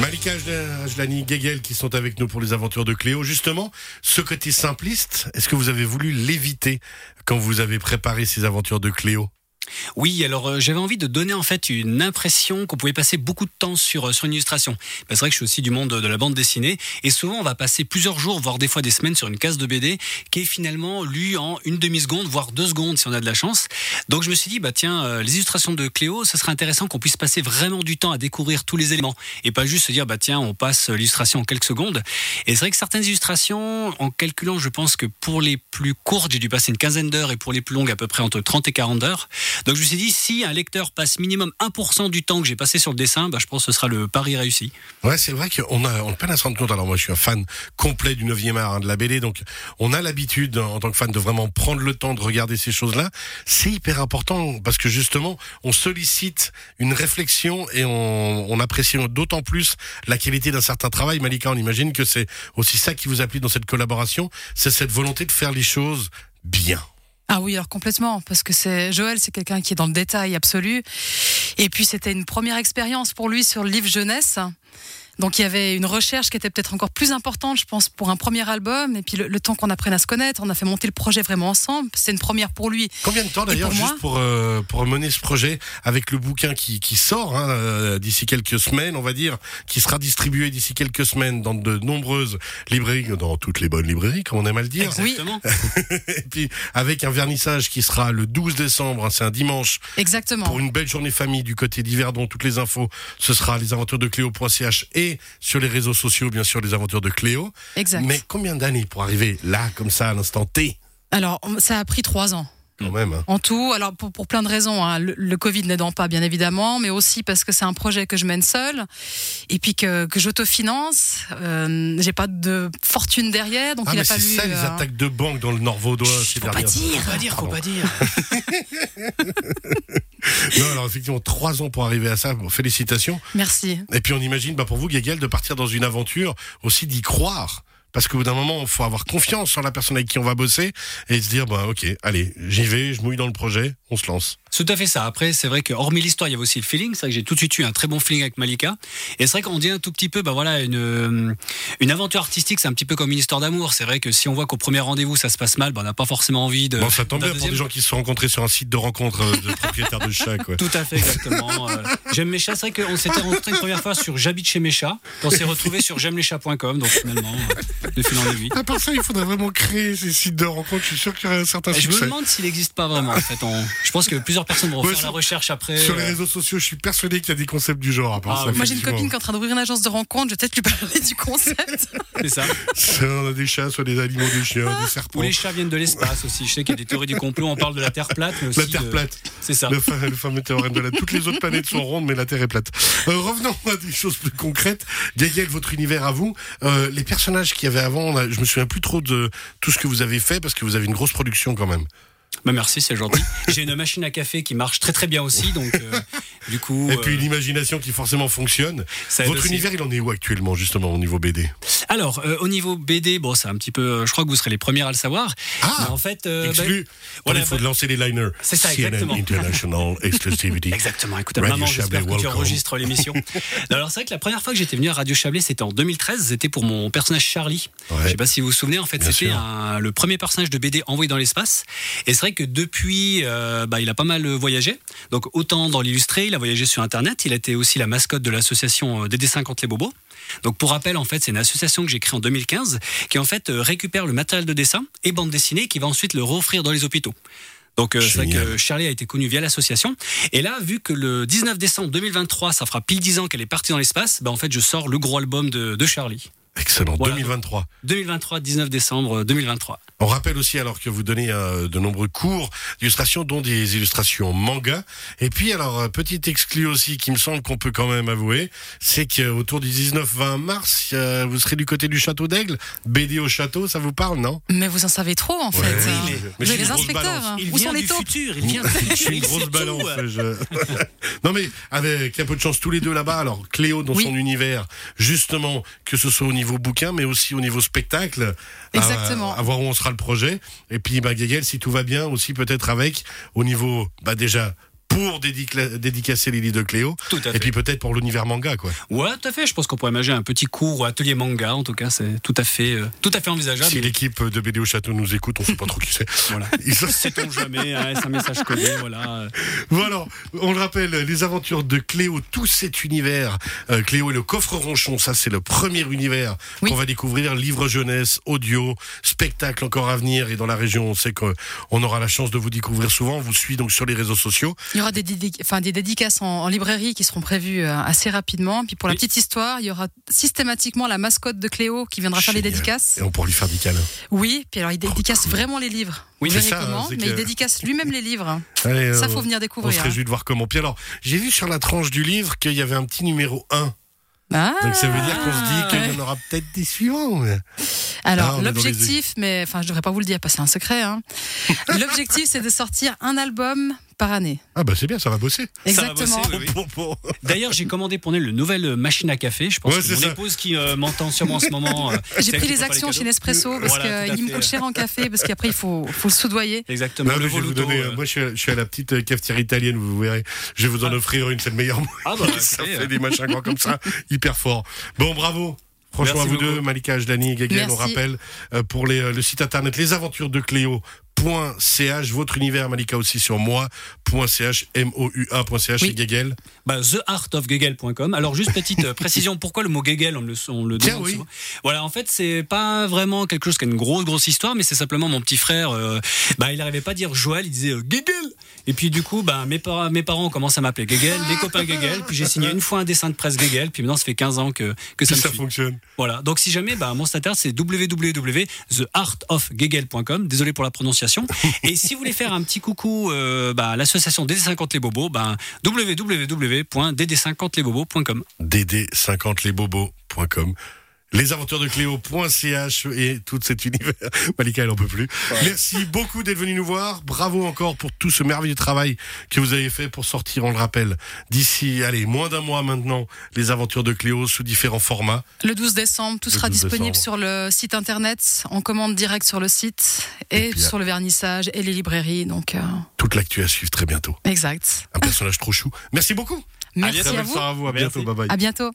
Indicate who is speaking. Speaker 1: Malika Ajlani, Gegel qui sont avec nous pour les aventures de Cléo. Justement, ce côté simpliste, est-ce que vous avez voulu l'éviter quand vous avez préparé ces aventures de Cléo
Speaker 2: Oui, alors euh, j'avais envie de donner en fait une impression qu'on pouvait passer beaucoup de temps sur, euh, sur une illustration. Bah, c'est vrai que je suis aussi du monde de la bande dessinée et souvent on va passer plusieurs jours, voire des fois des semaines sur une case de BD qui est finalement lue en une demi-seconde, voire deux secondes si on a de la chance. Donc je me suis dit, bah tiens, euh, les illustrations de Cléo, ce serait intéressant qu'on puisse passer vraiment du temps à découvrir tous les éléments et pas juste se dire, bah tiens, on passe euh, l'illustration en quelques secondes. Et c'est vrai que certaines illustrations, en calculant, je pense que pour les plus courtes, j'ai dû passer une quinzaine d'heures et pour les plus longues, à peu près entre 30 et 40 heures. Donc je me suis dit, si un lecteur passe minimum 1% du temps que j'ai passé sur le dessin, bah, je pense que ce sera le pari réussi.
Speaker 1: Ouais, c'est vrai qu'on a, on peine à se rendre compte. Alors moi, je suis un fan complet du 9e art, hein, de la BD, donc on a l'habitude, en tant que fan, de vraiment prendre le temps de regarder ces choses-là. C'est hyper important parce que justement, on sollicite une réflexion et on, on apprécie d'autant plus la qualité d'un certain travail. Malika, on imagine que c'est aussi ça qui vous a plu dans cette collaboration, c'est cette volonté de faire les choses bien.
Speaker 3: Ah oui, alors complètement, parce que c'est Joël, c'est quelqu'un qui est dans le détail absolu. Et puis c'était une première expérience pour lui sur le livre jeunesse. Donc il y avait une recherche qui était peut-être encore plus importante, je pense, pour un premier album. Et puis le, le temps qu'on apprenne à se connaître, on a fait monter le projet vraiment ensemble. C'est une première pour lui.
Speaker 1: Combien de temps
Speaker 3: Et
Speaker 1: d'ailleurs
Speaker 3: pour moi
Speaker 1: juste pour euh, pour mener ce projet avec le bouquin qui qui sort hein, euh, d'ici quelques semaines, on va dire, qui sera distribué d'ici quelques semaines dans de nombreuses librairies, dans toutes les bonnes librairies, comme on aime à le dire.
Speaker 3: Oui.
Speaker 2: Exactement.
Speaker 1: Et puis avec un vernissage qui sera le 12 décembre, hein, c'est un dimanche,
Speaker 3: Exactement.
Speaker 1: pour une belle journée famille du côté d'Yverdon. Toutes les infos, ce sera les aventures de Cléo.ch et sur les réseaux sociaux, bien sûr, les aventures de Cléo.
Speaker 3: Exact.
Speaker 1: Mais combien d'années pour arriver là, comme ça, à l'instant T,
Speaker 3: Alors on- ça a pris trois ans.
Speaker 1: quand même hein.
Speaker 3: En tout, alors pour, pour plein de raisons, hein. le, le Covid n'aidant pas bien évidemment, mais aussi parce que c'est un projet que je mène seul et puis que, que j'autofinance. Euh, J'ai pas de fortune derrière, donc
Speaker 1: Ah,
Speaker 3: il
Speaker 1: mais
Speaker 3: a pas
Speaker 1: c'est
Speaker 3: lu.
Speaker 1: ça, les
Speaker 3: euh,
Speaker 1: attaques de banque dans le Nord Vaudois. ces
Speaker 2: Faut pas
Speaker 1: dernières-
Speaker 2: dire, faut pas dire, faut
Speaker 1: Pardon.
Speaker 2: pas dire.
Speaker 1: Non, alors effectivement, trois ans pour arriver à ça. Bon, félicitations.
Speaker 3: Merci.
Speaker 1: Et puis on imagine, bah, pour vous, Gagel, de partir dans une aventure, aussi d'y croire. Parce qu'au bout d'un moment, il faut avoir confiance en la personne avec qui on va bosser et se dire, bah, ok, allez, j'y vais, je mouille dans le projet, on se lance.
Speaker 2: Tout à fait ça. Après, c'est vrai que hormis l'histoire, il y avait aussi le feeling. C'est vrai que j'ai tout de suite eu un très bon feeling avec Malika. Et c'est vrai qu'on dit un tout petit peu, bah voilà, une, euh, une aventure artistique, c'est un petit peu comme une histoire d'amour. C'est vrai que si on voit qu'au premier rendez-vous ça se passe mal, bah, on n'a pas forcément envie de.
Speaker 1: Bon, ça tombe
Speaker 2: d'un
Speaker 1: bien pour
Speaker 2: deuxième.
Speaker 1: des gens qui se sont rencontrés sur un site de rencontre euh, de propriétaires de chats, quoi.
Speaker 2: Tout à fait, exactement. Euh, J'aime mes chats. C'est vrai qu'on s'était rencontrés une première fois sur J'habite chez mes chats. On s'est retrouvés sur j'aime les chats.com. Donc finalement, euh, de fil en aiguille.
Speaker 1: À part Ah, ça, il faudrait vraiment créer ces sites de rencontre. Je suis sûr qu'il y aurait un certain
Speaker 2: Et je me
Speaker 1: succès.
Speaker 2: demande s'il n'existe pas vraiment. En fait, On- je pense que plusieurs personnes vont
Speaker 1: Ouais,
Speaker 2: faire
Speaker 1: sur-
Speaker 2: la recherche après.
Speaker 1: Sur les
Speaker 2: euh,
Speaker 1: réseaux sociaux, je suis persuadé qu'il y a des concepts du genre. À part
Speaker 2: Ah
Speaker 1: ça,
Speaker 2: oui.
Speaker 3: Moi j'ai une
Speaker 1: effectivement.
Speaker 3: copine qui est en train d'ouvrir une agence de rencontre, je vais peut-être lui parler du concept.
Speaker 2: C'est ça.
Speaker 1: Soit On a des chats, soit des animaux, des chiens, des serpents.
Speaker 2: Ou les chats viennent de l'espace aussi. Je sais qu'il y a des théories du complot. On parle de la Terre plate, mais aussi euh,
Speaker 1: La Terre
Speaker 2: de-
Speaker 1: plate.
Speaker 2: C'est ça.
Speaker 1: Le, fa- le fameux théorème de la. Toutes les autres planètes sont rondes, mais la Terre est plate. Euh, revenons à des choses plus concrètes. Gaël, votre univers à vous. Euh, les personnages qu'il y avait avant, on a- je me souviens plus trop de tout ce que vous avez fait parce que vous avez une grosse production quand même.
Speaker 2: Bah merci, c'est gentil. J'ai une machine à café qui marche très très bien aussi, donc euh, du coup.
Speaker 1: Et puis
Speaker 2: euh,
Speaker 1: une imagination qui forcément fonctionne.
Speaker 2: ça aide
Speaker 1: Votre
Speaker 2: aussi.
Speaker 1: univers, il en est où actuellement justement au niveau BD
Speaker 2: Alors, euh, au niveau BD, bon, c'est un petit peu. euh, Je crois que vous serez les premiers à le savoir.
Speaker 1: Ah,
Speaker 2: Mais en fait, euh, bah,
Speaker 1: Exclu.
Speaker 2: voilà,
Speaker 1: il faut
Speaker 2: bah-
Speaker 1: lancer les liners.
Speaker 2: C'est ça,
Speaker 1: CNN
Speaker 2: exactement.
Speaker 1: International Exclusivity.
Speaker 2: Exactement. Écoute,
Speaker 1: Radio
Speaker 2: maman, j'espère
Speaker 1: Chablais,
Speaker 2: que tu
Speaker 1: welcome.
Speaker 2: enregistres l'émission. Non, Alors, c'est vrai que la première fois que j'étais venu à Radio Chablais, c'était en 2013. C'était pour mon personnage Charlie.
Speaker 1: Ouais.
Speaker 2: Je sais pas si vous vous souvenez. En fait,
Speaker 1: Bien
Speaker 2: c'était
Speaker 1: sûr.
Speaker 2: un- le premier personnage de BD envoyé dans l'espace. Et c'est vrai que depuis, euh, bah, il a pas mal euh, voyagé. Donc, autant dans l'illustré, il a voyagé sur Internet. Il a été aussi la mascotte de l'association euh, DD50 les Bobos. Donc, pour rappel, en fait, c'est une association que j'ai créée en 2015 qui, en fait, euh, récupère le matériel de dessin et bande dessinée qui va ensuite le reoffrir dans les hôpitaux. Donc, euh, c'est vrai
Speaker 1: Génial.
Speaker 2: que Charlie a été connu via l'association. Et là, vu que le 19 décembre 2023, ça fera pile 10 ans qu'elle est partie dans l'espace, bah, en fait, je sors le gros album de, de Charlie.
Speaker 1: Excellent.
Speaker 2: Voilà.
Speaker 1: 2023.
Speaker 2: 2023, 19 décembre 2023.
Speaker 1: On rappelle aussi alors que vous donnez euh, de nombreux cours d'illustration, dont des illustrations manga. Et puis alors, euh, petit exclu aussi qui me semble qu'on peut quand même avouer, c'est qu'autour du 19-20 mars, euh, vous serez du côté du Château d'Aigle. BD au Château, ça vous parle, non
Speaker 3: Mais vous en savez trop en fait.
Speaker 1: Ouais,
Speaker 3: hein.
Speaker 1: mais- mais je suis
Speaker 3: vous avez les
Speaker 1: une grosse
Speaker 3: inspecteurs.
Speaker 1: balance.
Speaker 3: hein.
Speaker 2: Il
Speaker 3: Où
Speaker 2: vient
Speaker 3: sont les
Speaker 2: du
Speaker 3: taupes
Speaker 2: futur, il vient du
Speaker 1: Je suis une
Speaker 2: il sait
Speaker 1: grosse
Speaker 2: tout.
Speaker 1: balance. je- non mais avec un peu de chance tous les deux là-bas. Alors Cléo dans
Speaker 3: Oui.
Speaker 1: son univers, justement, que ce soit au niveau bouquin, mais aussi au niveau spectacle. à-
Speaker 3: Exactement.
Speaker 1: À, voir où on sera le projet. Et puis bah, Gégel, si tout va bien aussi peut-être avec au niveau bah, déjà pour dédicla- dédicacer Lily de Cléo.
Speaker 2: Tout à
Speaker 1: Et
Speaker 2: fait.
Speaker 1: puis peut-être pour l'univers manga, quoi.
Speaker 2: Ouais, tout à fait. Je pense qu'on pourrait imaginer un petit cours ou atelier manga. En tout cas, c'est tout à fait, euh, tout à fait envisageable.
Speaker 1: Si l'équipe de BD au Château nous écoute, on sait pas trop qui c'est.
Speaker 2: Voilà.
Speaker 1: Ils sont-
Speaker 2: Sait-on jamais hein, C'est un message connu. Voilà.
Speaker 1: Bon alors, on le rappelle, les aventures de Cléo, tout cet univers. euh, Cléo et le coffre ronchon, ça c'est le premier univers
Speaker 3: Oui.
Speaker 1: qu'on va découvrir. Livre jeunesse, audio, spectacle encore à venir. Et dans la région, on sait qu'on aura la chance de vous découvrir souvent. On vous suit donc sur les réseaux sociaux.
Speaker 3: Il y aura des, dédi- enfin, des dédicaces en, en librairie qui seront prévues euh, assez rapidement. Puis pour la
Speaker 2: Oui.
Speaker 3: petite histoire, il y aura systématiquement la mascotte de Cléo qui viendra faire les
Speaker 1: Génial.
Speaker 3: dédicaces.
Speaker 1: Et on pourra lui faire des câlins.
Speaker 3: Oui, puis alors il dédicace vraiment les livres.
Speaker 2: Oui,
Speaker 3: Vous
Speaker 1: c'est
Speaker 3: verrez
Speaker 1: ça, hein,
Speaker 3: comment,
Speaker 1: c'est
Speaker 3: mais
Speaker 1: que-
Speaker 3: il dédicace lui-même les livres.
Speaker 1: Allez,
Speaker 3: Ça,
Speaker 1: euh,
Speaker 3: faut venir
Speaker 1: on se
Speaker 3: découvrir. hein.
Speaker 1: réjouit de voir comment. Puis alors, j'ai vu sur la tranche du livre qu'il y avait un petit numéro 1.
Speaker 3: Ah.
Speaker 1: Donc ça veut dire qu'on se dit qu'il y en aura peut-être des suivants. mais- Ah, on
Speaker 3: Alors,
Speaker 1: est dans les
Speaker 3: l'objectif, mais enfin, je devrais pas vous le dire parce que c'est un secret. hein. l'objectif, c'est de sortir un album par année.
Speaker 1: Ah bah c'est bien, ça va bosser.
Speaker 2: Ça va
Speaker 3: Exactement.
Speaker 2: bosser, oui, oui.
Speaker 1: Bon, bon, bon.
Speaker 2: D'ailleurs, j'ai commandé pour Nel le nouvelle euh, machine à café. Je pense
Speaker 1: Ouais,
Speaker 2: que
Speaker 1: c'est
Speaker 2: mon
Speaker 1: ça.
Speaker 2: épouse qui euh, m'entend sûrement en ce moment. euh, c'est
Speaker 3: J'ai
Speaker 2: elle
Speaker 3: pris
Speaker 2: qui
Speaker 3: les
Speaker 2: prépare
Speaker 3: actions
Speaker 2: cadeaux.
Speaker 3: chez Nespresso parce
Speaker 2: Voilà, tout à
Speaker 3: qu'il me
Speaker 2: fait.
Speaker 3: coûte cher en café parce qu'après il faut, faut le soudoyer.
Speaker 2: Exactement.
Speaker 1: Non,
Speaker 2: le
Speaker 1: mais je vais vous
Speaker 2: voluto,
Speaker 1: donner,
Speaker 2: euh,
Speaker 1: moi je suis, à- je suis à la petite euh, cafetière italienne, vous verrez. Je vais vous en offrir une, c'est le meilleur moyen.
Speaker 2: Ah bah,
Speaker 1: ça
Speaker 2: écoutez,
Speaker 1: fait
Speaker 2: euh,
Speaker 1: des machins grands comme ça, hyper fort. Bon, bravo. Franchement,
Speaker 2: Merci
Speaker 1: à vous
Speaker 2: beaucoup.
Speaker 1: deux, Malika, Ajdani et Gagan, on
Speaker 3: Merci.
Speaker 1: rappelle, euh, pour les, euh, le site internet, les aventures de Cléo.ch, votre univers, Malika aussi sur moi.ch, M-O-U-A.ch et
Speaker 2: Oui.
Speaker 1: Gagel.
Speaker 2: bah, theartofgegel.com. Alors juste petite euh, précision, pourquoi le mot gegel on le, on le
Speaker 1: Tiens,
Speaker 2: demande
Speaker 1: oui.
Speaker 2: souvent. Voilà, en fait, c'est pas vraiment quelque chose qui a une grosse grosse histoire, mais c'est simplement mon petit frère. euh, bah, il n'arrivait pas à dire Joël, il disait euh, Gegel. Et puis du coup, bah, mes, par- mes parents commencent à m'appeler Gegel, les copains Gegel. Puis j'ai signé une fois un dessin de presse Gegel. Puis maintenant, ça fait 15 ans que, que ça
Speaker 1: Puis
Speaker 2: me
Speaker 1: ça
Speaker 2: suit.
Speaker 1: fonctionne.
Speaker 2: Voilà. Donc si jamais, bah, mon site internet c'est www.theartofgegel.com. Désolé pour la prononciation. Et si vous voulez faire un petit coucou euh, bah, à l'association DD50 les bobos, bah, www.dd50lesbobos.com.
Speaker 1: dd50lesbobos.com. Les aventures de Cléo.ch et tout cet univers. Malika, elle en peut plus. Merci beaucoup d'être venu nous voir. Bravo encore pour tout ce merveilleux travail que vous avez fait pour sortir, on le rappelle, d'ici, allez, moins d'un mois maintenant, les aventures de Cléo sous différents formats.
Speaker 3: Le 12 décembre, tout
Speaker 1: Le
Speaker 3: sera
Speaker 1: 12
Speaker 3: disponible
Speaker 1: décembre.
Speaker 3: sur le site internet, en commande direct sur le site et,
Speaker 1: Et puis,
Speaker 3: sur le vernissage et les librairies. Donc, euh,
Speaker 1: Toute l'actu à suivre très bientôt.
Speaker 3: exact.
Speaker 1: Un personnage trop chou. Merci beaucoup.
Speaker 3: Merci
Speaker 1: Très
Speaker 3: à
Speaker 1: belle
Speaker 3: vous.
Speaker 1: soirée à vous. À
Speaker 2: Merci.
Speaker 1: bientôt. Bye bye.
Speaker 3: À bientôt.